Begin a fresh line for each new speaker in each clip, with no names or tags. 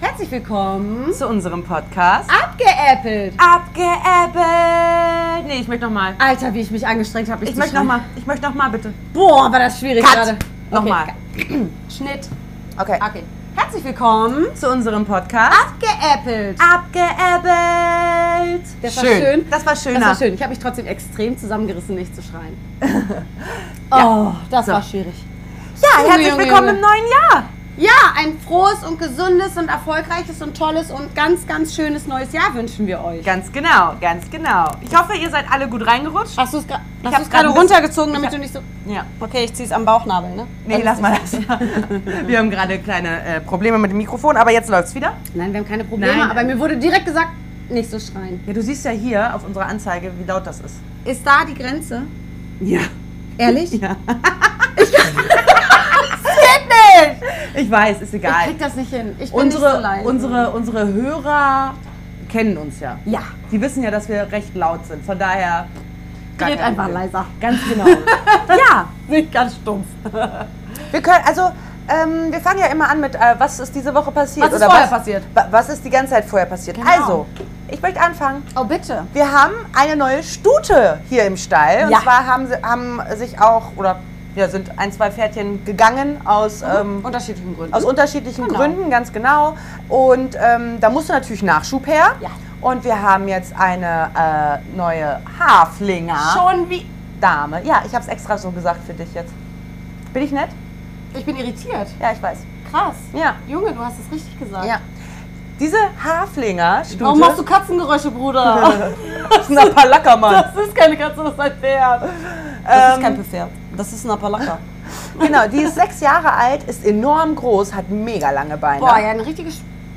herzlich willkommen
zu unserem Podcast.
Abgeäppelt.
Abgeäppelt. Nee, ich möchte nochmal.
Alter, wie ich mich angestrengt habe.
Ich möchte nochmal. Ich möchte nochmal bitte.
Boah, war das schwierig
Cut.
gerade.
Nochmal.
Okay. Schnitt.
Okay.
Okay. Herzlich willkommen.
Zu unserem Podcast.
Abgeäppelt.
Ah, Abgeäppelt.
Das war schön.
Das war schöner.
Das war schön. Ich habe mich trotzdem extrem zusammengerissen, nicht zu schreien.
Ja.
Oh, das
So.
war schwierig.
Ja, herzlich
Junge,
willkommen
Junge.
im neuen Jahr.
Ja, ein frohes und gesundes und erfolgreiches und tolles und ganz, ganz schönes neues Jahr wünschen wir euch.
Ganz genau, ganz genau. Ich hoffe, ihr seid alle gut reingerutscht.
Hast du es
hab's
gerade
gerade
runtergezogen, damit
damit
du nicht so...
Ja.
Okay, ich zieh's am Bauchnabel, ne?
Nee, lass mal das. Wir haben gerade kleine äh, Probleme mit dem Mikrofon, aber jetzt läuft's wieder.
Nein, wir haben keine Probleme,
Nein.
aber mir wurde direkt gesagt, nicht so schreien.
Ja, du siehst ja hier auf unserer Anzeige, wie laut das ist.
Ist da die Grenze?
Ja.
Ehrlich?
Ja.
Geht nicht!
Ich weiß, ist
Ich
egal.
krieg das nicht hin. Ich bin nicht so
unsere,
leise.
unsere, unsere Hörer kennen uns ja.
Ja.
Die wissen ja, dass wir recht laut sind. Von daher. gar
Dreht
kein
einfach
Problem.
leiser.
Ganz genau. ja,
Nicht ganz stumpf.
wir können, also, ähm, wir fangen ja immer an mit, äh, was ist diese Woche passiert?
Was ist vorher
was,
passiert?
wa- Was ist die ganze Zeit vorher passiert?
Genau.
Also, ich möchte anfangen.
Oh, bitte.
Wir haben eine neue Stute hier im Stall.
Ja.
Und zwar haben, sie- haben sich auch, oder ja, sind ein, zwei Pferdchen gegangen aus.
Oh.
Ähm,
Unterschiedlichen Gründen.
Aus unterschiedlichen
Genau.
Gründen, ganz genau. Und ähm, da musste natürlich Nachschub her.
Ja.
Und wir haben jetzt eine äh, neue Haflinger
Schon wie...
Dame. Ja, ich habe es extra so gesagt für dich jetzt. Bin ich nett?
Ich bin irritiert.
Ja, ich weiß.
Krass.
Ja.
Junge, du hast es richtig gesagt.
Ja. Diese Haflinger Stute.
Warum machst du Katzengeräusche, Bruder?
das ist ein Palackermann.
das ist keine Katze, das ist ein Pferd. Ähm, Das ist kein Pferd. Das ist ein Apalaka.
Genau, die ist sechs Jahre alt, ist enorm groß, hat mega lange Beine.
Boah, ja, ein richtig,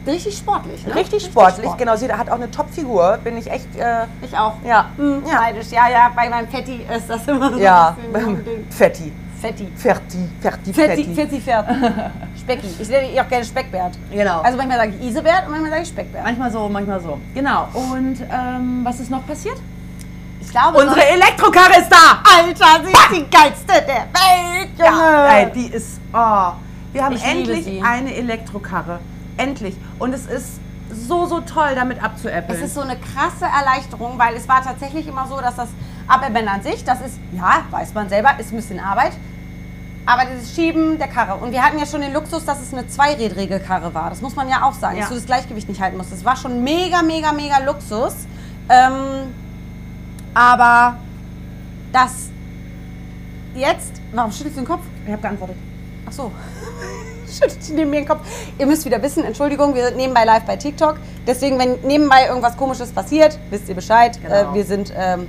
richtig sportlich. Ne?
Richtig sportlich, genau. Sie hat auch eine Topfigur. Bin ich echt, äh,
Ich auch.
ja.
Hm, Neidisch. Ja, ja, bei meinem Fetti ist das immer so.
Ja,
ein bisschen-
Fetti.
Fetti.
Ferti, Ferti,
Fetti,
Ferti.
Fetti Pferd. Specki. Ich nenne ihn auch gerne Speckbert.
Genau.
Also manchmal sage ich Isebert und manchmal sage ich Speckbert.
manchmal so, manchmal so. Genau. Und ähm, was ist noch passiert?
Ich glaube,
Unsere Elektrokarre ist da!
Alter, sie ist die geilste der Welt, Junge.
Ja, ey, die ist. Oh, wir haben
Ich liebe sie.
endlich eine Elektrokarre. Endlich. Und es ist so, so toll, damit abzuäppeln.
Es ist so eine krasse Erleichterung, weil es war tatsächlich immer so, dass das Abäppeln an sich, das ist, ja, weiß man selber, ist ein bisschen Arbeit. Aber dieses Schieben der Karre. Und wir hatten ja schon den Luxus, dass es eine zweirädrige Karre war. Das muss man ja auch sagen, dass
Ja.
du das Gleichgewicht nicht halten musst. Das war schon mega, mega, mega Luxus. Ähm, aber das jetzt, warum schüttelst du den Kopf?
ich habe geantwortet.
Ach so. Schüttelt die neben mir den Kopf. Ihr müsst wieder wissen, Entschuldigung, wir sind nebenbei live bei TikTok. Deswegen, wenn nebenbei irgendwas Komisches passiert, wisst ihr Bescheid.
Genau.
Äh, wir sind ähm,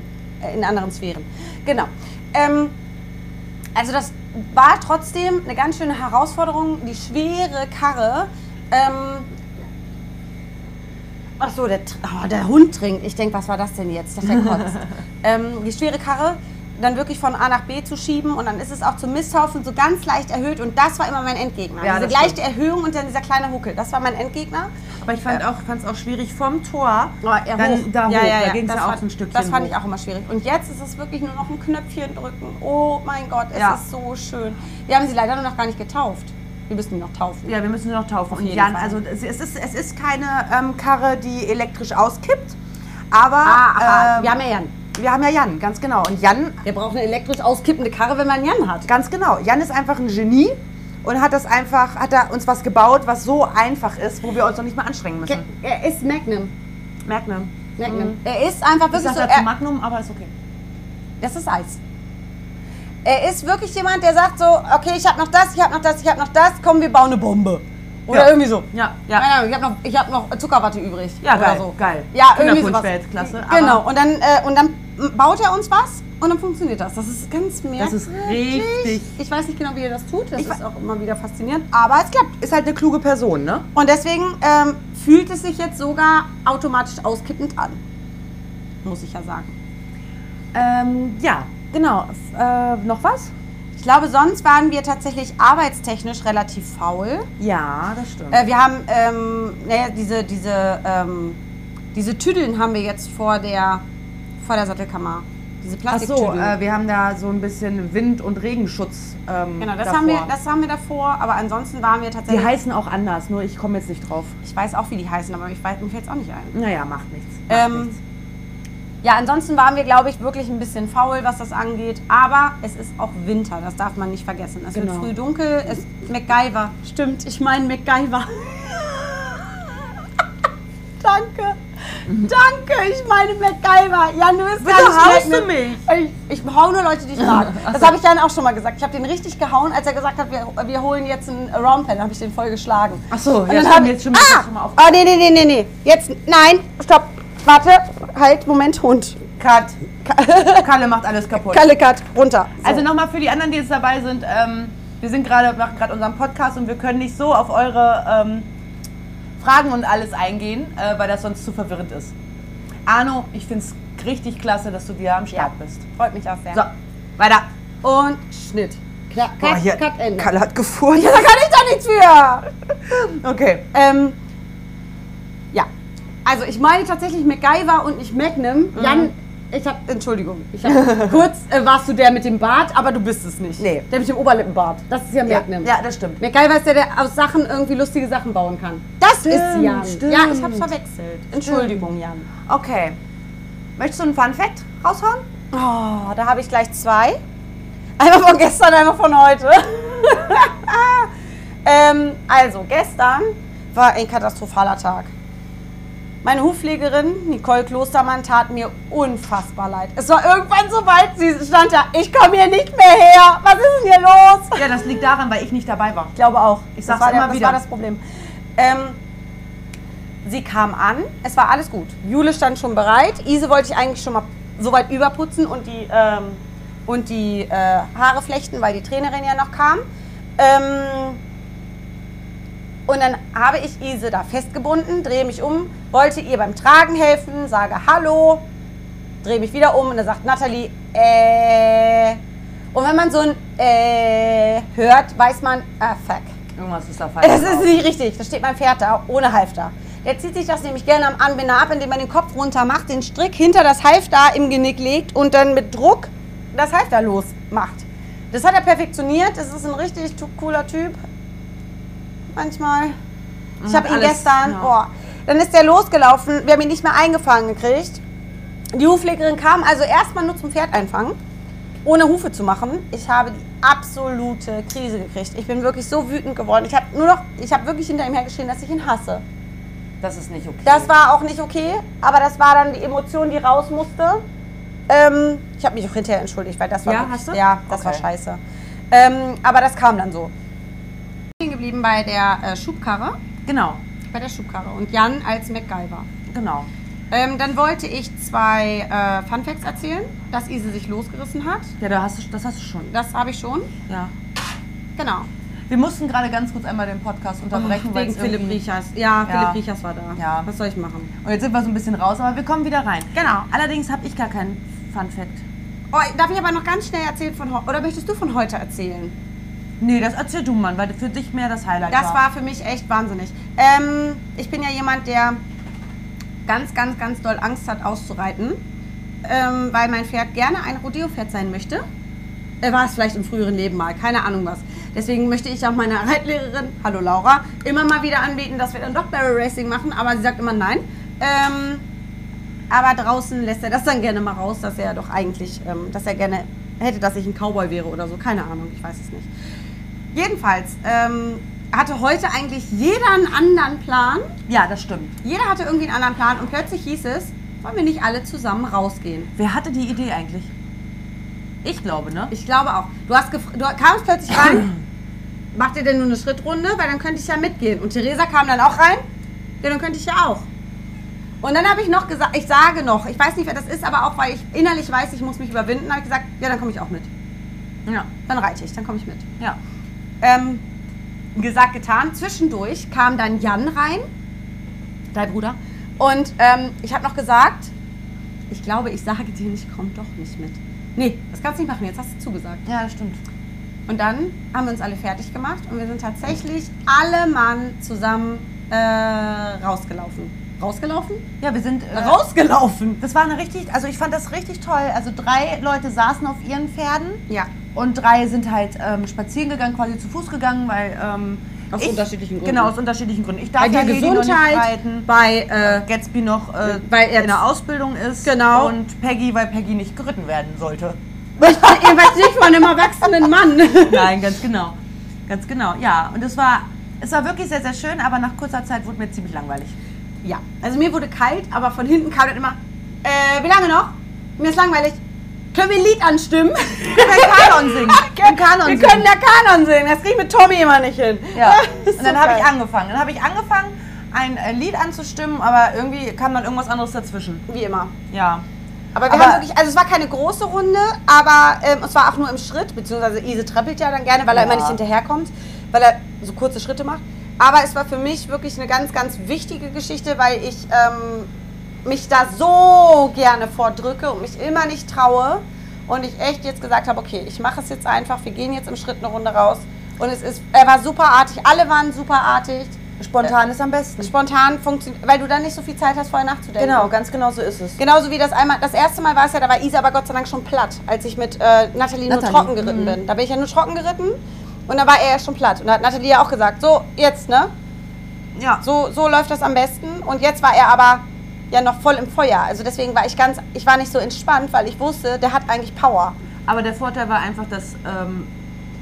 in anderen Sphären. Genau. Ähm, also das war trotzdem eine ganz schöne Herausforderung, die schwere Karre. Ähm, ach so, der, Tr- oh, der Hund trinkt. Ich denke, was war das denn jetzt? Ich dachte, der kotzt. ähm, die schwere Karre dann wirklich von A nach B zu schieben und dann ist es auch zum Misthaufen so ganz leicht erhöht und das war immer mein Endgegner.
Ja,
Diese
das
leichte Erhöhung und dann dieser kleine Huckel, das war mein Endgegner.
Aber ich fand auch, fand's auch schwierig vom Tor.
Oh, eher
dann
hoch.
da hoch.
ja, ja,
Da
ja.
ging's
Das
ja auch
fand-
ein Stückchen.
Das fand ich
hoch.
auch immer schwierig. Und jetzt ist es wirklich nur noch ein Knöpfchen drücken. Oh mein Gott, es
Ja.
ist so schön. Wir haben sie leider nur noch gar nicht getauft. Wir müssen die noch taufen.
Ja, wir müssen sie noch taufen.
jeden
Jan,
Fall.
also es es ist, es ist keine ähm, Karre, die elektrisch auskippt. Aber
Ah, aha.
ähm,
wir haben ja Jan.
wir haben ja Jan, ganz genau. Und Jan
Der braucht eine elektrisch auskippende Karre, wenn man Jan hat.
Ganz genau. Jan ist einfach ein Genie und hat das einfach, hat da uns was gebaut, was so einfach ist, wo wir uns noch nicht mal anstrengen müssen. ne?
Er ist Magnum.
Magnum.
Magnum. Er ist einfach
Ich
wirklich
sag
so.
dazu
Er,
Magnum, aber ist okay.
das ist Eis. Er ist wirklich jemand, der sagt so: Okay, ich habe noch das, ich habe noch das, ich habe noch das. Komm, wir bauen eine Bombe. Oder
Ja.
irgendwie so.
Ja,
Keine Ahnung, ich habe noch, ich hab noch Zuckerwatte übrig.
Ja,
oder
geil,
so.
geil.
Ja, irgendwie
Kinderpunsch
sowas.
wäre jetzt klasse, aber-
Genau, und dann, äh, und dann baut er uns was und dann funktioniert das. Das ist ganz merkwürdig.
ist richtig.
Ich weiß nicht genau, wie er das tut. Das
Ich
ist
wa-
auch immer wieder faszinierend. Aber es klappt.
Ist halt eine kluge Person, ne?
Und deswegen ähm, fühlt es sich jetzt sogar automatisch auskippend an. Muss ich ja sagen.
Ähm, ja, genau. F- Äh, noch was?
Ich glaube, sonst waren wir tatsächlich arbeitstechnisch relativ faul.
Ja, das stimmt.
Äh, wir haben, ähm, naja, diese, diese, ähm, diese Tüdeln haben wir jetzt vor der, vor der Sattelkammer Diese
Ach so,
Plastiktüten.
äh, wir haben da so ein bisschen Wind- und Regenschutz. Ähm,
genau, das
davor.
haben, wir, das haben wir davor, aber ansonsten waren wir
Die
tatsächlich.
heißen auch anders, nur ich komme jetzt nicht drauf.
ich weiß auch, wie die heißen, aber ich weiß, mir fällt es auch nicht ein.
Naja, macht nichts. Macht
Ähm,
nichts.
Ja, ansonsten waren wir, glaube ich, wirklich ein bisschen faul, was das angeht. Aber es ist auch Winter, das darf man nicht vergessen. Es
Genau.
wird früh dunkel, es MacGyver. Stimmt, ich meine MacGyver. Danke. Danke, ich meine MacGyver. Ja, du bist
Bitte
gar nicht
haust
nett,
du
ne? Ich, ich hau nur Leute, die ich mag. Das habe ich dann auch schon mal gesagt. Ich habe den richtig gehauen, als er gesagt hat, wir, wir holen jetzt einen Roundpen. habe ich den voll geschlagen.
Ach so,
Und
ja,
dann hab
stimmt,
ich-
jetzt schon mal,
ah!
ah! schon mal auf.
Oh, nee, nee, nee, nee, nee. Jetzt, nein, stopp. Warte, halt, Moment, Hund.
Cut. Kalle macht alles kaputt.
Kalle Cut, runter. So.
Also nochmal für die anderen, die jetzt dabei sind, ähm, wir sind gerade, machen gerade unseren Podcast und wir können nicht so auf eure ähm, Fragen und alles eingehen, äh, weil das sonst zu verwirrend ist. Arno, ich finde es richtig klasse, dass du wieder am Start bist.
freut mich auch sehr.
So, weiter.
Und Schnitt. Klar, Cut, Cut, Ende.
Kalle hat gefurcht.
Da kann ich doch nichts für.
Okay.
Ähm, ja. Also ich meine tatsächlich MacGyver und nicht Magnum. Jan, ich hab, Entschuldigung. Ich hab, kurz äh, warst du der mit dem Bart, aber du bist es nicht.
Nee.
Der mit dem Oberlippenbart. Das ist ja
Ja,
Magnum.
ja, das stimmt.
MacGyver ist der, der aus Sachen irgendwie lustige Sachen bauen kann. Das ist
Stimmt,
Jan.
stimmt.
Ja, ich hab's verwechselt. Entschuldigung, Jan.
Okay. Möchtest du einen Fun Fact raushauen?
Oh, da habe ich gleich zwei. Einmal von gestern, einmal von heute. ähm, also, gestern war ein katastrophaler Tag. Meine Hufpflegerin, Nicole Klostermann, tat mir unfassbar leid. Es war irgendwann so weit, sie stand da, ich komme hier nicht mehr her. Was ist denn hier los?
Ja, das liegt daran, weil ich nicht dabei war.
Ich glaube auch.
Ich
Das
sag's
war der-
immer wieder.
Das war das Problem. Ähm, sie kam an, es war alles gut. Jule stand schon bereit. Ise wollte ich eigentlich schon mal so weit überputzen und die, ähm, und die äh, Haare flechten, weil die Trainerin ja noch kam. Ähm, und dann habe ich Ise da festgebunden, drehe mich um, wollte ihr beim Tragen helfen, sage Hallo, drehe mich wieder um und dann sagt Nathalie, äh. Und wenn man so ein äh hört, weiß man, ah fuck.
Irgendwas ist da falsch.
Es ist nicht richtig. Da steht mein Pferd da, ohne Halfter. Der zieht sich das nämlich gerne am Anbinder ab, indem man den Kopf runter macht, den Strick hinter das Halfter im Genick legt und dann mit Druck das Halfter losmacht. Das hat er perfektioniert. Es ist ein richtig tu- cooler Typ. Manchmal. Ich habe ihn
Mhm, alles,
gestern.
ja.
Oh, dann ist der losgelaufen. Wir haben ihn nicht mehr eingefangen gekriegt. Die Huflegerin kam also erstmal nur zum Pferd einfangen, ohne Hufe zu machen. Ich habe die absolute Krise gekriegt. Ich bin wirklich so wütend geworden. Ich habe nur noch, ich habe wirklich hinter ihm hergeschrien, dass ich ihn hasse.
das ist nicht okay.
Das war auch nicht okay, aber das war dann die Emotion, die raus musste. Ähm, ich habe mich auch hinterher entschuldigt, weil das war
Ja,
wirklich,
hast du?
ja, das
Okay.
war scheiße. Ähm, aber das kam dann so. Ich bin geblieben bei der äh, Schubkarre,
genau,
bei der Schubkarre und Jan als MacGyver.
genau.
Ähm, dann wollte ich zwei äh, Funfacts erzählen, dass Ise sich losgerissen hat.
Ja, da hast du, das hast du schon.
Das habe ich schon.
Ja.
Genau. Hm,
Wir mussten gerade ganz kurz einmal den Podcast unterbrechen, weil es irgendwie-
Riechers. Ja,
Ja.
Riechers war da.
Ja.
Was soll ich machen?
Und jetzt sind wir so ein bisschen raus, aber wir kommen wieder rein.
Genau.
Allerdings habe ich gar keinen Fun Fact.
Oh, darf ich aber noch ganz schnell erzählen von heute? Oder möchtest du von heute erzählen?
Nee, das erzähl du, Mann, weil für dich mehr das Highlight
Das
war.
war für mich echt wahnsinnig. Ähm, ich bin ja jemand, der ganz, ganz, ganz doll Angst hat, auszureiten, ähm, weil mein Pferd gerne ein Rodeo-Pferd sein möchte. Äh, war es vielleicht im früheren Leben mal, keine Ahnung was. Deswegen möchte ich auch meiner Reitlehrerin, hallo Laura, immer mal wieder anbieten, dass wir dann doch Barrel Racing machen, aber sie sagt immer nein. Ähm, aber draußen lässt er das dann gerne mal raus, dass er doch eigentlich, ähm, dass er gerne hätte, dass ich ein Cowboy wäre oder so, keine Ahnung, ich weiß es nicht. Jedenfalls ähm, hatte heute eigentlich jeder einen anderen Plan
Ja, das stimmt.
jeder hatte irgendwie einen anderen Plan und plötzlich hieß es, wollen wir nicht alle zusammen rausgehen?
Wer hatte die Idee eigentlich? Ich glaube, ne?
Ich glaube auch. Du, hast gef- du kamst plötzlich rein, macht ihr denn nur eine Schrittrunde, weil dann könnte ich ja mitgehen. Und Theresa kam dann auch rein, ja, dann könnte ich ja auch. Und dann habe ich noch gesagt, ich sage noch, ich weiß nicht, wer das ist, aber auch weil ich innerlich weiß, ich muss mich überwinden, habe ich gesagt, ja, dann komme ich auch mit.
Ja.
Dann reite ich, dann komme ich mit.
Ja.
Ähm, gesagt, getan. Zwischendurch kam dann Jan rein, dein Bruder, und ähm, ich habe noch gesagt, ich glaube, ich sage dir nicht, komm doch nicht mit. Nee, das kannst du nicht machen, jetzt hast du zugesagt.
Ja, das stimmt.
Und dann haben wir uns alle fertig gemacht und wir sind tatsächlich alle Mann zusammen äh, rausgelaufen. Rausgelaufen?
Ja, wir sind. Äh,
Rausgelaufen!
Das war eine richtig, also ich fand das richtig toll. Also drei Leute saßen auf ihren Pferden
Ja.
und drei sind halt ähm, spazieren gegangen, quasi zu Fuß gegangen, weil ähm,
Aus unterschiedlichen Gründen.
Genau, aus unterschiedlichen Gründen. Ich darf
Bei der
ja Lady noch nicht
Gesundheit,
reiten.
bei, äh,
Gatsby noch äh,
Weil er-
in der Ausbildung ist
Genau.
und Peggy, weil Peggy nicht geritten werden sollte.
möchte, ihr möchtet nicht von einem erwachsenen Mann.
Nein, ganz genau. Ganz genau, ja. Und es war, es war wirklich sehr, sehr schön, aber nach kurzer Zeit wurde mir ziemlich langweilig.
Ja, also mir wurde kalt, aber von hinten kam dann immer, äh, wie lange noch? Mir ist langweilig. Können wir ein Lied anstimmen?
können den Kanon singen. Den Kanon
wir
singen.
können da Kanon singen. Das kriege ich mit Tommy immer nicht hin.
Ja.
Ist
Und dann
so
habe
geil.
ich angefangen. Dann habe ich angefangen, ein äh, Lied anzustimmen, aber irgendwie kam dann irgendwas anderes dazwischen.
Wie immer.
Ja.
Aber wir
Aber-
haben wirklich, also es war keine große Runde, aber ähm, es war auch nur im Schritt, beziehungsweise Ise treppelt ja dann gerne, weil er
Ja.
immer nicht hinterherkommt, weil er so kurze Schritte macht. Aber es war für mich wirklich eine ganz, ganz wichtige Geschichte, weil ich ähm, mich da so gerne vordrücke und mich immer nicht traue. Und ich echt jetzt gesagt habe, okay, ich mache es jetzt einfach, wir gehen jetzt im Schritt eine Runde raus. Und es ist, er war superartig, alle waren superartig.
Spontan ist am besten.
Spontan funktioniert, weil du dann nicht so viel Zeit hast, vorher nachzudenken.
Genau, ganz genau so ist es.
Genauso wie das einmal, das erste Mal war es ja, da war Isa aber Gott sei Dank schon platt, als ich mit äh, Nathalie nur
Nathalie,
trocken geritten bin. Da bin ich ja nur trocken geritten und da war er ja schon platt. Und da hat Nathalie ja auch gesagt, so jetzt, ne?
Ja.
So, so läuft das am besten. Und jetzt war er aber ja noch voll im Feuer. Also deswegen war ich ganz, ich war nicht so entspannt, weil ich wusste, der hat eigentlich Power.
Aber der Vorteil war einfach, dass ähm,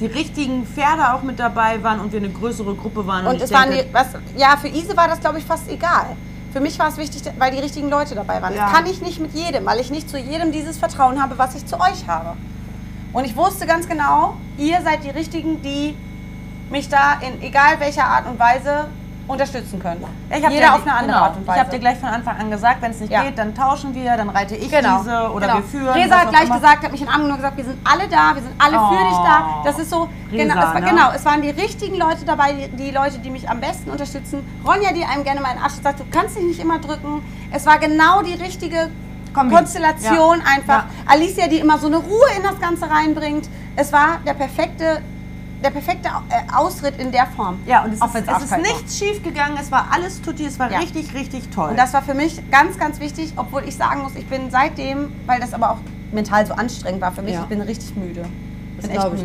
die richtigen Pferde auch mit dabei waren und wir eine größere Gruppe waren.
Und
ich
es waren
denke-
die, was, ja, für Ise war das, glaube ich, fast egal. Für mich war es wichtig, weil die richtigen Leute dabei waren.
Ja.
Das kann ich nicht mit jedem, weil ich nicht zu jedem dieses Vertrauen habe, was ich zu euch habe. Und ich wusste ganz genau, ihr seid die Richtigen, die mich da in egal welcher Art und Weise unterstützen können.
Ich hab
Jeder
dir-
auf eine andere
genau.
Art und Weise.
Ich habe dir gleich von Anfang an gesagt, wenn es nicht
Ja.
geht, dann tauschen wir, dann reite ich diese oder wir führen.
Resa
was
Genau. hat
auch
gleich
immer.
gesagt, hat mich in den Arm genommen und gesagt, wir sind alle da, wir sind alle für
Oh,
dich da. Das ist so,
Resa,
genau, es war,
ne?
genau, es waren die richtigen Leute dabei, die, die Leute, die mich am besten unterstützen. Ronja, die einem gerne mal in den Arsch sagt, du kannst dich nicht immer drücken. Es war genau die richtige
Kombi.
Konstellation
Ja.
einfach. Alicia, die immer so eine Ruhe in das Ganze reinbringt. Es war der perfekte, der perfekte äh, Ausritt in der Form.
Ja, und es
Auch
ist,
wenn's
es ist
arschkalt war.
ne? nichts schief gegangen, es war alles tutti, es war
Ja.
richtig, richtig toll.
Und das war für mich ganz, ganz wichtig, obwohl ich sagen muss, ich bin seitdem, weil das aber auch mental so anstrengend war für mich,
Ja.
ich bin richtig müde. Ich
Das
bin
glaub Das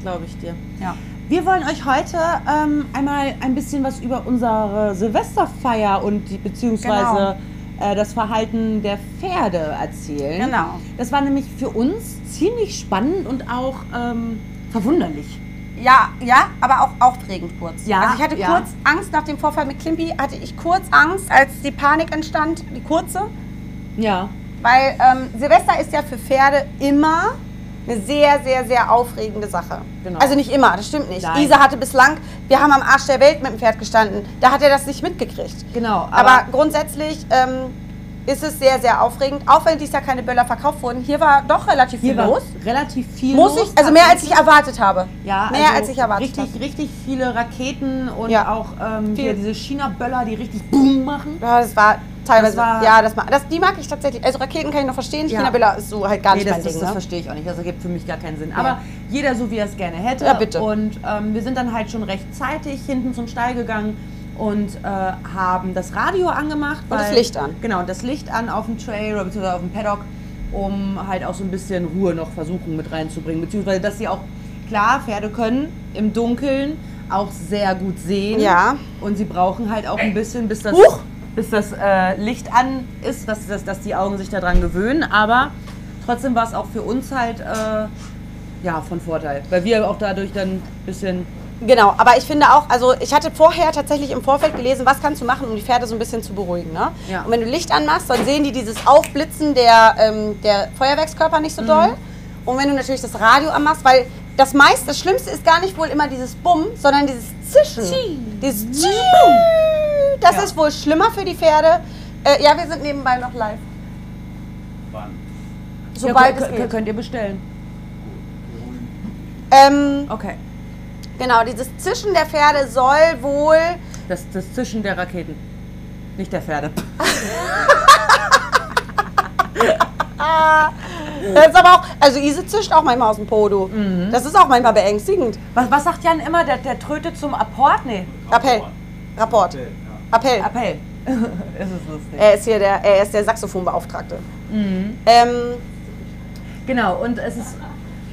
glaube ich dir.
Ja.
Wir wollen euch heute ähm, einmal ein bisschen was über unsere Silvesterfeier und die, beziehungsweise äh, das Verhalten der Pferde erzählen.
Genau.
Das war nämlich für uns ziemlich spannend und auch ähm, verwunderlich.
Ja, ja, aber auch aufregend kurz.
Ja,
also ich hatte
ja.
kurz Angst nach dem Vorfall mit Klimpi, hatte ich kurz Angst, als die Panik entstand, die kurze,
Ja.
weil ähm, Silvester ist ja für Pferde immer eine sehr, sehr, sehr aufregende Sache.
Genau.
Also nicht immer, das stimmt nicht.
Nein.
Isa hatte bislang, wir haben am Arsch der Welt mit dem Pferd gestanden, da hat er das nicht mitgekriegt.
Genau.
Aber, grundsätzlich ähm, ist es sehr, sehr aufregend, auch wenn dies ja keine Böller verkauft wurden. Hier war doch relativ
hier
viel
war
los.
relativ viel
Muss
los.
ich, also mehr als ich erwartet habe.
Ja,
mehr
also
als ich erwartet
richtig,
habe.
richtig viele Raketen und
Ja.
auch ähm, hier
Viel.
diese China-Böller, die richtig Boom machen.
Ja, das war teilweise.
Das war-
ja, das, ma- das, die mag ich tatsächlich. Also Raketen kann ich noch verstehen.
Ja.
China Böller ist so halt gar
Nee,
nicht
das,
mein
das,
Ding.
das
ne?
verstehe ich auch nicht. Das ergibt für mich gar keinen Sinn. Aber jeder so, wie er es gerne hätte.
Ja, bitte.
Und ähm, wir sind dann halt schon rechtzeitig hinten zum Stall gegangen und äh, haben das Radio angemacht.
Und das Licht an.
Genau, und das Licht an auf dem Trail oder beziehungsweise auf dem Paddock, um halt auch so ein bisschen Ruhe noch versuchen mit reinzubringen. Beziehungsweise, dass sie auch, klar, Pferde können im Dunkeln auch sehr gut sehen.
Ja.
Und sie brauchen halt auch ein bisschen, bis das,
Huch!
bis das äh, Licht an ist, dass, dass, dass die Augen sich daran gewöhnen. Aber trotzdem war es auch für uns halt äh, ja, von Vorteil, weil wir auch dadurch dann ein bisschen.
Genau, aber ich finde auch, also ich hatte vorher tatsächlich im Vorfeld gelesen, was kannst du machen, um die Pferde so ein bisschen zu beruhigen. Ne?
Ja.
Und wenn du Licht anmachst, dann sehen die dieses Aufblitzen der, ähm, der Feuerwerkskörper nicht so
Mhm.
doll. Und wenn du natürlich das Radio anmachst, weil das meiste, das Schlimmste ist gar nicht wohl immer dieses Bumm, sondern dieses Zischen. Dieses Zischen. Das
Ja.
ist wohl schlimmer für die Pferde. Äh, ja, wir sind nebenbei noch live.
Wann?
Sobald
ja,
es
kö-
geht.
könnt ihr bestellen.
Ähm,
Okay.
genau, dieses Zischen der Pferde soll wohl.
Das, das Zischen der Raketen, nicht der Pferde.
Das ist aber auch. Also Ise zischt auch manchmal aus dem Podo. Das ist auch manchmal beängstigend.
Was, was sagt Jan immer? Der, der trötet zum Apport? Nee,
Appell. Rapport.
Ja.
Appell.
Appell. Es ist lustig.
Er ist hier der, er ist der Saxophonbeauftragte. Ähm,
Genau, und es ist.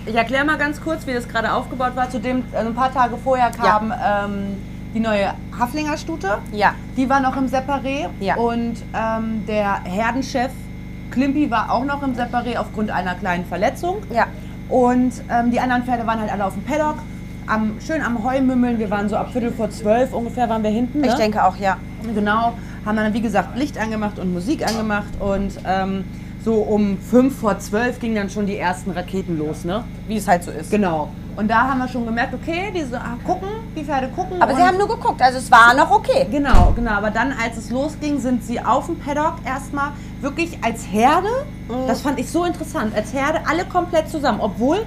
Ich erkläre mal ganz kurz, wie das gerade aufgebaut war. Zudem, also ein paar Tage vorher kam ähm, die neue Haflinger Stute.
ja,
Die war noch im Separé.
Ja.
Und ähm, der Herdenchef Klimpi war auch noch im Separé aufgrund einer kleinen Verletzung.
ja.
Und ähm, die anderen Pferde waren halt alle auf dem Paddock, am, schön am Heumümmeln. Wir waren so ab Viertel vor zwölf ungefähr waren wir hinten. Ne?
Ich denke auch, ja.
Genau, haben dann wie gesagt Licht angemacht und Musik angemacht und ähm, so um fünf vor zwölf gingen dann schon die ersten Raketen los, ne?
Wie es halt so ist.
Genau. Und da haben wir schon gemerkt, okay, die so, ah, gucken, die Pferde gucken.
Aber sie
und-
haben nur geguckt, also es war noch okay.
Genau, genau. Aber dann, als es losging, sind sie auf dem Paddock erstmal wirklich als Herde.
Mhm.
Das fand ich so interessant. Als Herde alle komplett zusammen, obwohl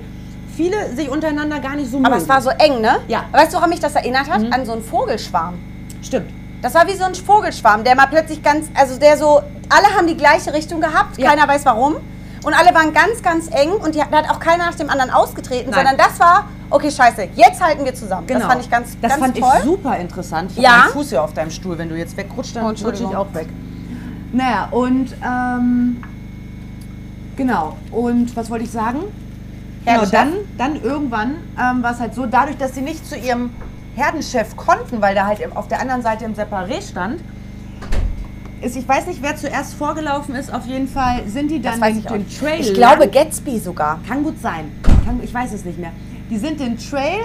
viele sich untereinander gar nicht so
Aber
mögen.
es war so eng, ne?
Ja.
Weißt du, woran mich das erinnert hat? An so einen Vogelschwarm.
Stimmt.
Das war wie so ein Vogelschwarm, der mal plötzlich ganz, also der so, alle haben die gleiche Richtung gehabt,
Ja.
keiner weiß warum. Und alle waren ganz, ganz eng und die, da hat auch keiner nach dem anderen ausgetreten,
Nein. Genau.
sondern das war, okay, scheiße, jetzt halten wir zusammen. Das fand ich ganz,
Das
ganz
fand
toll.
ich super interessant. Ich hab
Ja.
meinen Fuß hier auf deinem Stuhl. Wenn du jetzt wegrutscht, dann
Oh,
rutsche ich
Entschuldigung.
auch weg. Naja, und ähm, genau. Und was wollte ich sagen? Genau,
Herdenchef.
dann, dann irgendwann ähm, war es halt so, dadurch, dass sie nicht zu ihrem Herdenchef konnten, weil der halt im- auf der anderen Seite im Separé stand, ist, ich weiß nicht, wer zuerst vorgelaufen ist, auf jeden Fall sind die dann
das weiß
den,
ich auch.
den Trail
Ich
lang-
glaube Gatsby sogar.
kann gut sein. Kann, ich weiß es nicht mehr. Die sind den Trail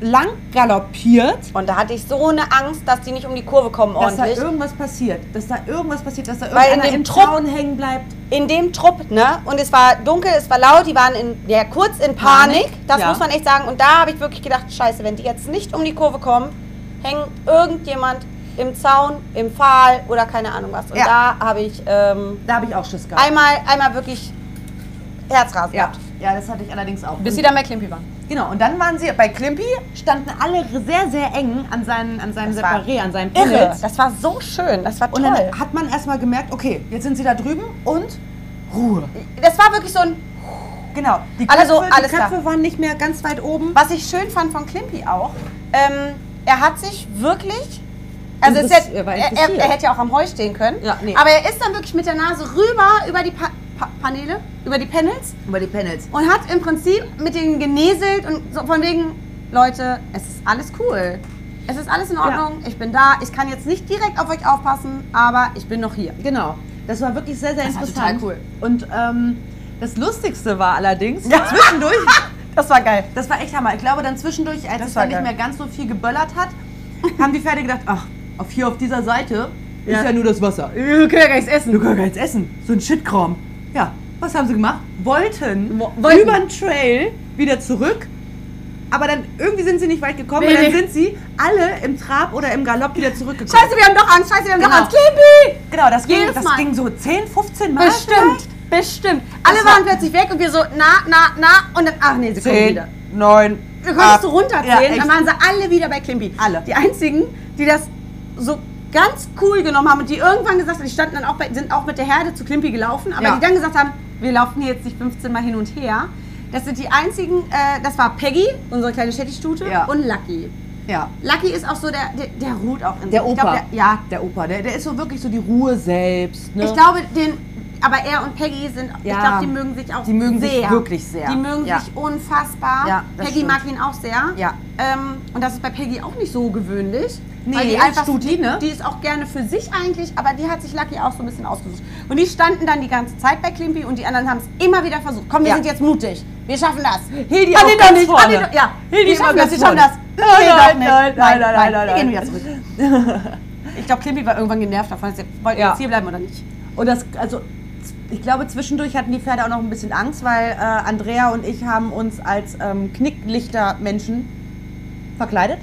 lang galoppiert,
Und da hatte ich so eine Angst, dass die nicht um die Kurve kommen
dass da
ordentlich.
irgendwas passiert. Dass da irgendwas passiert, dass da
Weil in
irgendeiner
dem
im
Trupp-
Traun hängen bleibt.
in dem Trupp, ne? Und es war dunkel, es war laut, die waren in, ja, kurz in Panik,
Panik,
das
ja.
muss man echt sagen. Und da habe ich wirklich gedacht, scheiße, wenn die jetzt nicht um die Kurve kommen, hängt irgendjemand im Zaun, im Pfahl oder keine Ahnung was. Und
Ja.
da habe ich ähm,
Da habe ich auch Schiss gehabt.
einmal, einmal wirklich Herzrasen
ja.
gehabt.
ja, das hatte ich allerdings auch.
Bis
Und-
sie dann bei Klimpi waren.
Genau, und dann waren sie bei Klimpi, standen alle sehr, sehr eng an, seinen, an seinem
Das war
Separé, an seinem
Irre,
Pellet.
das war so schön, das war
Und
toll.
dann hat man erstmal gemerkt, okay, jetzt sind sie da drüben und Ruhe.
das war wirklich so ein
Genau, die Köpfe,
Alle so, alles
die
klar.
Köpfe waren nicht mehr ganz weit oben.
Was ich schön fand von Klimpi auch, ähm, er hat sich wirklich. Also es
Interess-
hätte-
er
er,
war
er,
interessiert.
er hätte ja auch am Heu stehen können.
Ja, nee.
Aber er ist dann wirklich mit der Nase rüber über die pa pa Paneele, über die Panels
Über die Panels.
und hat im Prinzip mit denen geneselt und so von wegen, Leute, es ist alles cool. Es ist alles in Ordnung, ich bin da. Ich kann jetzt nicht direkt auf euch aufpassen, aber ich bin noch hier.
Genau. Das war wirklich sehr, sehr
Das war
interessant.
total cool.
Und ähm, das Lustigste war allerdings, zwischendurch,
Das war geil.
das war echt Hammer. Ich glaube, dann zwischendurch, als
Das
es
war
dann nicht
geil.
mehr ganz so viel geböllert hat, haben die Pferde gedacht, ach, auf hier auf dieser Seite
Ja.
ist ja nur das Wasser. Wir
Du kannst nichts essen.
können gar nichts essen. So ein Shitkram. Ja, was haben sie gemacht? Wollten,
Wo- wollten.
über den Trail wieder zurück. Aber dann irgendwie sind sie nicht weit gekommen
Nee,
und dann
nee.
sind sie alle im Trab oder im Galopp wieder zurückgekommen.
Scheiße, wir haben doch Angst. Scheiße, wir haben
Genau.
doch Angst. Klimpi!
Genau, das ging,
Jedes
das
Mal.
ging so 10, 15 Mal.
Bestimmt, bestimmt. Alle
Das war-
waren plötzlich weg und wir so, na, na, na. Und dann, ach nee, sie kommen wieder.
9.
Wir konntest du runterzählen,
Ja,
dann waren sie alle wieder bei Klimpi.
Alle.
Die einzigen, die das so ganz cool genommen haben und die irgendwann gesagt haben, die standen dann auch bei, sind auch mit der Herde zu Klimpi gelaufen, aber
Ja.
die dann gesagt haben, wir laufen hier jetzt nicht 15 Mal hin und her. Das sind die einzigen, äh, das war Peggy, unsere kleine Shetty-Stute,
Ja.
und Lucky.
Ja.
Lucky ist auch so, der, der, der ruht auch in
Der
sich. Ich
Opa.
Glaub, der, ja,
Der Opa, der, der ist so wirklich so die Ruhe selbst. Ne?
Ich glaube, den, aber er und Peggy sind, ich
Ja.
glaube, die mögen sich auch
Die mögen sich
sehr.
wirklich sehr.
Die mögen
Ja.
sich unfassbar.
Ja, das
Peggy
stimmt.
mag ihn auch sehr.
Ja.
Ähm, und das ist bei Peggy auch nicht so gewöhnlich.
Nee,
weil die
als
einfach,
Studi, ne?
die ist auch gerne für sich eigentlich, aber die hat sich Lucky auch so ein bisschen ausgesucht. Und die standen dann die ganze Zeit bei Klimpi und die anderen haben es immer wieder versucht. Komm, wir
Ja.
sind jetzt mutig. Wir schaffen das.
Hildi
Ah,
auch
nee, doch
ganz
nicht. Ah, nee,
vorne.
doch- ja,
Hildi
wir
immer
schaffen
ganz
das, wir schaffen
vorne.
das.
Nein,
Nee,
nein,
doch nicht.
nein, nein, nein, nein,
Wir gehen wieder
nein.
zurück. Ich glaube, Klimpi war irgendwann genervt davon. dass er- Wollt ihr
Ja.
jetzt hier bleiben oder nicht?
Und das, also, ich glaube, zwischendurch hatten die Pferde auch noch ein bisschen Angst, weil äh, Andrea und ich haben uns als ähm, Knicklichter-Menschen verkleidet.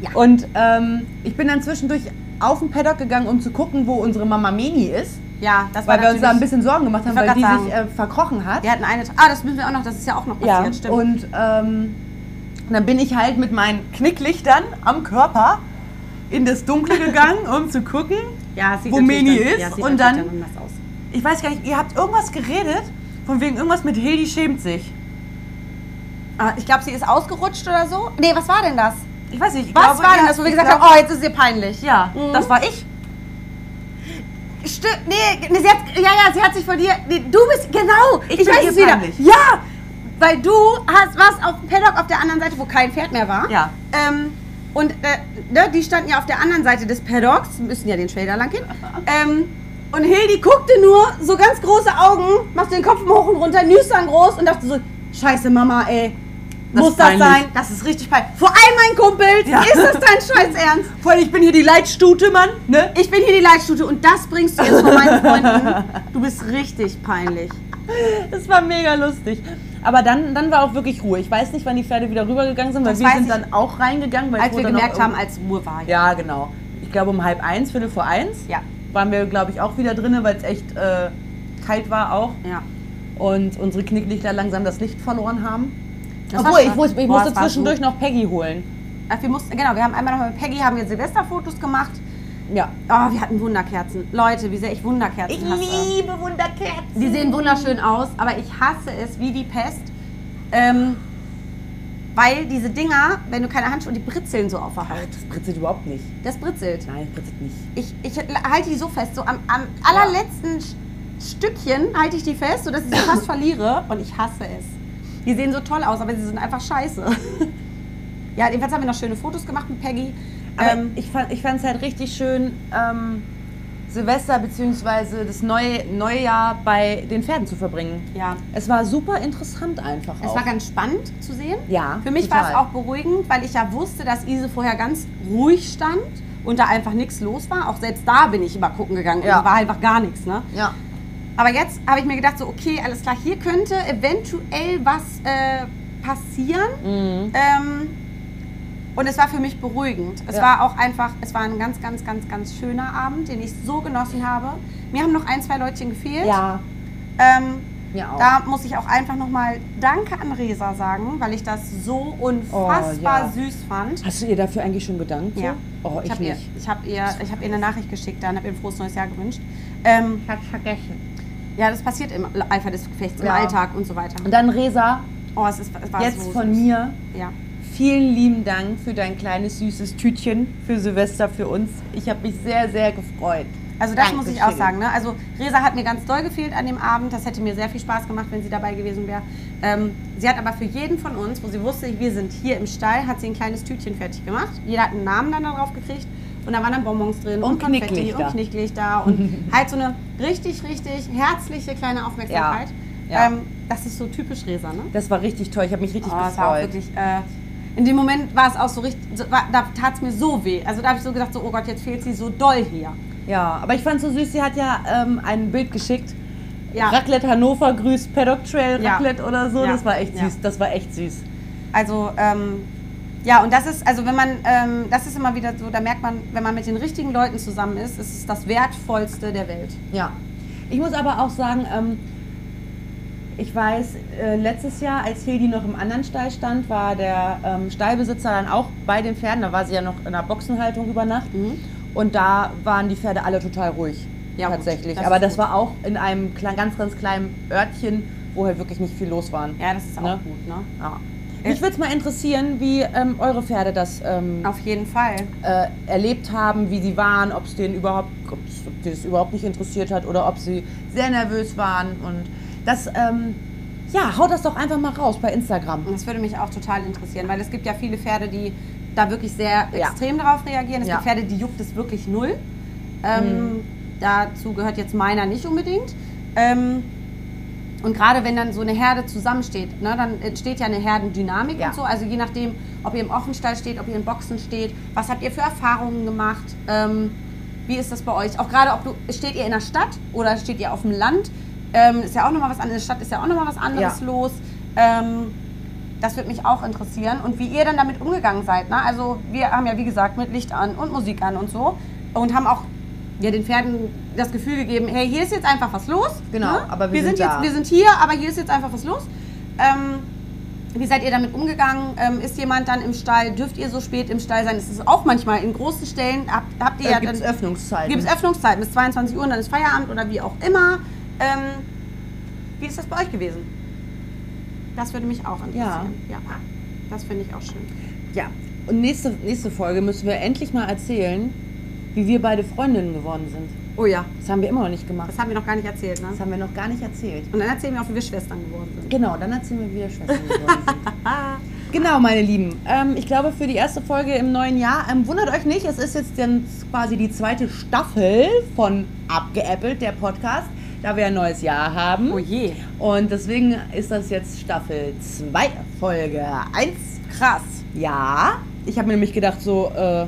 Ja.
Und ähm, ich bin dann zwischendurch auf den Paddock gegangen, um zu gucken, wo unsere Mama Meni ist,
Ja, das
weil
war
wir uns da ein
natürlich-
bisschen Sorgen gemacht haben,
Ich wollte
weil die
grad
sich äh, verkrochen hat.
Wir hatten eine. Ah, das müssen wir auch noch. Das ist ja auch noch passiert. Stimmt.
Und ähm, dann bin ich halt mit meinen Knicklichtern am Körper in das Dunkle gegangen, um zu gucken.
ja, es sieht
wo
natürlich
Meni
dann-
ist
ja, es sieht
und
natürlich
dann-
anders aus.
Ich weiß gar nicht, ihr habt irgendwas geredet, von wegen irgendwas mit Hildi schämt sich.
Ah, ich glaube, sie ist ausgerutscht oder so. Nee, was war denn das?
Ich weiß nicht, ich
Was
glaube,
war denn
ihr-
das, wo wir
ich
gesagt
glaub-
haben, oh, jetzt ist ihr peinlich?
Ja,
Mhm.
das war ich.
Stimmt, nee, nee, sie hat, ja, ja, sie hat sich von dir. Nee, du bist, genau, ich,
bin
weiß
ihr
es wieder.
peinlich.
Ja, weil du hast, warst auf dem Paddock auf der anderen Seite, wo kein Pferd mehr war.
Ja.
Ähm, und äh, ne, die standen ja auf der anderen Seite des Paddocks, müssen ja den Trader lang gehen. Ähm, und Hildi guckte nur, so ganz große Augen, machte den Kopf hoch und runter, nüstern groß und dachte so: Scheiße, Mama, ey.
Das
Muss
ist
das
peinlich.
sein? Das ist richtig peinlich. Vor allem mein Kumpel.
Ja.
Ist das dein Scheiß Ernst?
Voll, ich bin hier die Leitstute, Mann. Ne?
Ich bin hier die Leitstute und das bringst du jetzt von meinen Freunden. Du bist richtig peinlich.
Das war mega lustig. Aber dann, dann war auch wirklich Ruhe. Ich weiß nicht, wann die Pferde wieder rübergegangen sind, weil
Das
wir
weiß
sind
ich.
dann auch reingegangen. Weil es
Als wir
wurde noch
gemerkt haben,
irgend-
als Ruhe war.
Ja, genau. Ich glaube um halb eins, Viertel vor eins.
Ja.
Waren wir, glaube ich, auch wieder drinne, weil es echt äh, kalt war auch.
ja.
Und unsere Knicklichter langsam das Licht verloren haben.
Das war
Obwohl, ich,
schade.
wus- ich
Boah,
musste
das war
zwischendurch
so-
noch Peggy holen.
Ach, wir mussten, genau, wir haben einmal noch mit Peggy haben wir Silvesterfotos gemacht.
Ja.
Oh, wir hatten Wunderkerzen. Leute, wie sehr ich Wunderkerzen hasse.
Wunderkerzen.
Die sehen wunderschön aus, aber ich hasse es wie die Pest. Ähm, weil diese Dinger, wenn du keine Handschuhe, die britzeln so auf der
Ach,
Haut.
das britzelt überhaupt nicht.
Das britzelt.
Nein, das britzelt nicht.
Ich, ich halte die so fest, so am, am allerletzten Sch- Stückchen halte ich die fest, sodass ich sie fast verliere und ich hasse es. Die sehen so toll aus, aber sie sind einfach scheiße. ja, jedenfalls haben wir noch schöne Fotos gemacht mit Peggy.
Aber
Ähm,
ich fand es halt richtig schön, ähm, Silvester bzw. das neue, neue Jahr bei den Pferden zu verbringen.
ja,
Es war super interessant einfach.
es
auch.
war ganz spannend zu sehen.
ja,
Für mich war
total.
es auch beruhigend, weil ich ja wusste, dass Ise vorher ganz ruhig stand und da einfach nichts los war. Auch selbst da bin ich immer gucken gegangen
Ja.
und war einfach gar nichts. Ne?
Ja.
Aber jetzt habe ich mir gedacht, so, okay, alles klar, hier könnte eventuell was äh, passieren.
Mhm.
Ähm, und es war für mich beruhigend. Es
Ja.
war auch einfach, es war ein ganz, ganz, ganz, ganz schöner Abend, den ich so genossen habe. Mir haben noch ein, zwei Leutchen gefehlt.
Ja,
Ähm,
mir auch.
da muss ich auch einfach nochmal Danke an Resa sagen, weil ich das so unfassbar
Oh, ja.
süß fand.
Hast du ihr dafür eigentlich schon Gedanken?
Ja.
Oh, ich,
ich habe ihr,
nicht.
ich hab ihr, ich hab ihr eine Nachricht geschickt, dann habe ihr ein frohes neues Jahr gewünscht. Ähm,
Ich hab's vergessen.
ja, das passiert im Eifer des Gefechts, im
Ja.
Alltag und so weiter.
Und dann Resa,
Oh, es, ist, es war
jetzt
so
von
süß.
mir.
Ja.
Vielen lieben Dank für dein kleines süßes Tütchen für Silvester für uns. Ich habe mich sehr, sehr gefreut.
Also das
Danke,
muss ich auch
Schiri.
sagen. Ne? Also Resa hat mir ganz doll gefehlt an dem Abend. Das hätte mir sehr viel Spaß gemacht, wenn sie dabei gewesen wäre. Ähm, sie hat aber für jeden von uns, wo sie wusste, wir sind hier im Stall, hat sie ein kleines Tütchen fertig gemacht. Jeder hat einen Namen dann darauf gekriegt. Und da waren dann Bonbons drin
Und
und, Konfetti
Knicklichter.
und Knicklichter und halt so eine richtig, richtig herzliche kleine Aufmerksamkeit.
Ja, ja.
Ähm, das ist so typisch Resa, ne?
Das war richtig toll. Ich habe mich richtig
Oh,
gefreut.
es war auch wirklich. Äh, in dem Moment war es auch so richtig, so, war, da tat es mir so weh. Also da habe ich so gedacht, so, oh Gott, jetzt fehlt sie so doll hier.
Ja, aber ich fand so süß, sie hat ja ähm, ein Bild geschickt.
Ja.
Raclette Hannover grüßt Paddock Trail
Ja.
Raclette oder so.
Ja.
Das war echt
Ja.
süß. Das war echt süß.
Also, ähm, ja, und das ist, also wenn man, ähm, das ist immer wieder so, da merkt man, wenn man mit den richtigen Leuten zusammen ist, ist es das Wertvollste der Welt.
Ja. Ich muss aber auch sagen, ähm, ich weiß, äh, letztes Jahr, als Hildi noch im anderen Stall stand, war der ähm, Stallbesitzer dann auch bei den Pferden. Da war sie ja noch in der Boxenhaltung über Nacht. Und da waren die Pferde alle total ruhig.
Ja, gut.
tatsächlich.
Das
aber
ist
das
gut.
war auch in einem klein, ganz, ganz kleinen Örtchen, wo halt wirklich nicht viel los waren.
Ja, das ist auch
Ne?
gut, ne?
Ja.
Äh,
Mich würde es mal interessieren, wie ähm, eure Pferde das ähm,
Auf jeden Fall.
äh, erlebt haben, wie sie waren, ob es denen überhaupt, ob's, ob die das überhaupt nicht interessiert hat oder ob sie sehr nervös waren. Und das, ähm, ja, haut das doch einfach mal raus bei
Und
Instagram.
das würde mich auch total interessieren, weil es gibt ja viele Pferde, die da wirklich sehr
Ja.
extrem darauf reagieren. Es
Ja. Mhm.
gibt Pferde, die juckt es wirklich null. Ähm, Dazu gehört jetzt meiner nicht unbedingt. Ähm, und gerade wenn dann so eine Herde zusammensteht, ne, dann entsteht ja eine Herdendynamik
Ja.
und so. Also je nachdem, ob ihr im Offenstall steht, ob ihr in Boxen steht, was habt ihr für Erfahrungen gemacht? Ähm, wie ist das bei euch? Auch gerade, ob du steht ihr in der Stadt oder steht ihr auf dem Land? Ähm, ist ja auch nochmal was anderes. In der Stadt ist ja auch nochmal was anderes
Ja.
los. Ähm, das würde mich auch interessieren und wie ihr dann damit umgegangen seid. Ne? Also wir haben ja wie gesagt mit Licht an und Musik an und so und haben auch ja, den Pferden das Gefühl gegeben, hey, hier ist jetzt einfach was los.
Genau, aber wir sind
jetzt,
da.
wir sind hier, aber hier ist jetzt einfach was los. Ähm, wie seid ihr damit umgegangen? Ähm, ist jemand dann im Stall? Dürft ihr so spät im Stall sein? Es ist auch manchmal in großen Stellen. Habt, habt ihr ja
Äh, Gibt es
dann-
Öffnungszeiten?
gibt's Öffnungszeiten bis 22 Uhr und dann ist Feierabend oder wie auch immer. Ähm, wie ist das bei euch gewesen? Das würde mich auch interessieren. Ja. Das finde ich auch schön.
ja. Und nächste, nächste Folge müssen wir endlich mal erzählen, wie wir beide Freundinnen geworden sind.
Oh ja,
Das haben wir immer noch nicht gemacht.
das haben wir noch gar nicht erzählt, ne?
Das haben wir noch gar nicht erzählt.
Und dann erzählen wir auch, wie wir Schwestern geworden sind.
Genau, dann erzählen wir, wie wir Schwestern geworden sind. Genau, meine Lieben. Ähm, ich glaube, für die erste Folge im neuen Jahr, ähm, wundert euch nicht, es ist jetzt dann quasi die zweite Staffel von Abgeäppelt, der Podcast, da wir ein neues Jahr haben.
Oh je.
Und deswegen ist das jetzt Staffel 2, Folge 1.
Krass.
Ja, ich habe mir nämlich gedacht, so äh,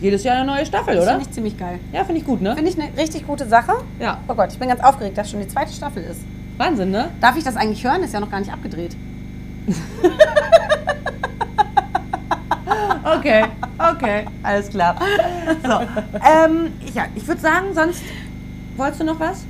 jedes Jahr eine neue Staffel,
Das
oder?
finde ich ziemlich geil.
Ja, finde ich gut, ne?
Finde ich eine richtig gute Sache.
Ja,
Oh Gott, ich bin ganz aufgeregt, dass schon die zweite Staffel ist.
Wahnsinn, ne?
Darf ich das eigentlich hören? Ist ja noch gar nicht abgedreht.
Okay, okay, alles klar. So, ähm, ja, ich würde sagen, sonst wolltest du noch was?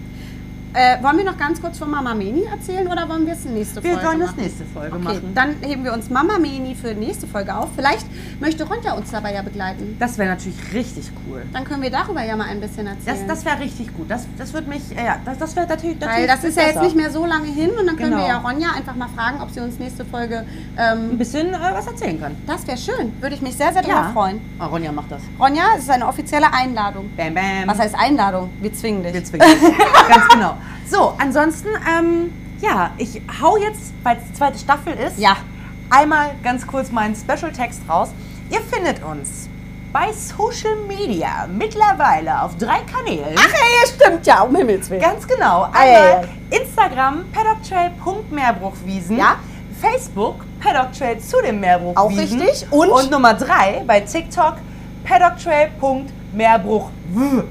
Äh, wollen wir noch ganz kurz von Mama Meni erzählen oder wollen wir es in nächste
Wir
Folge
sollen das
machen?
nächste Folge
okay,
machen.
Dann heben wir uns Mama Meni für die nächste Folge auf. Vielleicht möchte Ronja uns dabei ja begleiten.
Das wäre natürlich richtig cool.
Dann können wir darüber ja mal ein bisschen
Das,
erzählen.
das wäre richtig gut. Das, das würde mich, äh, ja, das, das wäre natürlich,
Weil
natürlich
das ist ja jetzt
besser.
nicht mehr so lange hin und dann können
Genau.
wir ja Ronja einfach mal fragen, ob sie uns nächste Folge.
ein
Ähm,
bisschen äh, was erzählen kann.
das wäre schön. Würde ich mich sehr, sehr drüber freuen.
Ah, Ronja macht das.
Ronja, es ist eine offizielle Einladung.
Bam, bam.
Was heißt Einladung? Wir zwingen dich.
Wir zwingen dich. Ganz genau. So, ansonsten, ähm, ja, ich hau jetzt, weil es die zweite Staffel ist,
Ja.
einmal ganz kurz meinen Special-Text raus. Ihr findet uns bei Social Media mittlerweile auf drei Kanälen.
Ach, ey, stimmt ja, um Himmels Willen.
Ganz genau.
Ei,
Einmal Instagram paddocktrail.meerbruchwiesen.
Ja.
Facebook paddocktrail zu dem Meerbruchwiesen.
Auch richtig. Und?
Und Nummer drei bei TikTok paddocktrail.meerbruch. W.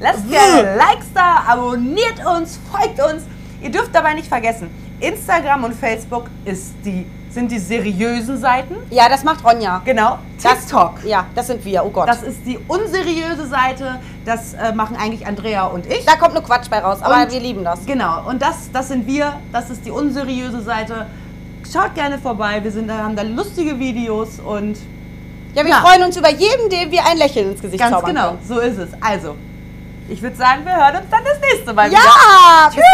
Lasst
W.
gerne Likes da, abonniert uns, folgt uns. Ihr dürft dabei nicht vergessen, Instagram und Facebook ist die, sind die seriösen Seiten.
Ja, das macht Ronja.
Genau.
Das-
TikTok.
Ja, das sind wir, oh Gott.
Das ist die unseriöse Seite. Das äh, machen eigentlich Andrea und ich.
da kommt nur Quatsch bei raus, aber
Und-
wir lieben das.
Genau, und das, das sind wir, das ist die unseriöse Seite. Schaut gerne vorbei, wir sind, da- haben da lustige Videos und
Ja, wir
Ja.
freuen uns über jeden, dem wir ein Lächeln ins Gesicht
ganz
zaubern
genau,
können.
so ist es. Also, ich würde sagen, wir hören uns dann das nächste Mal wieder.
Ja, bis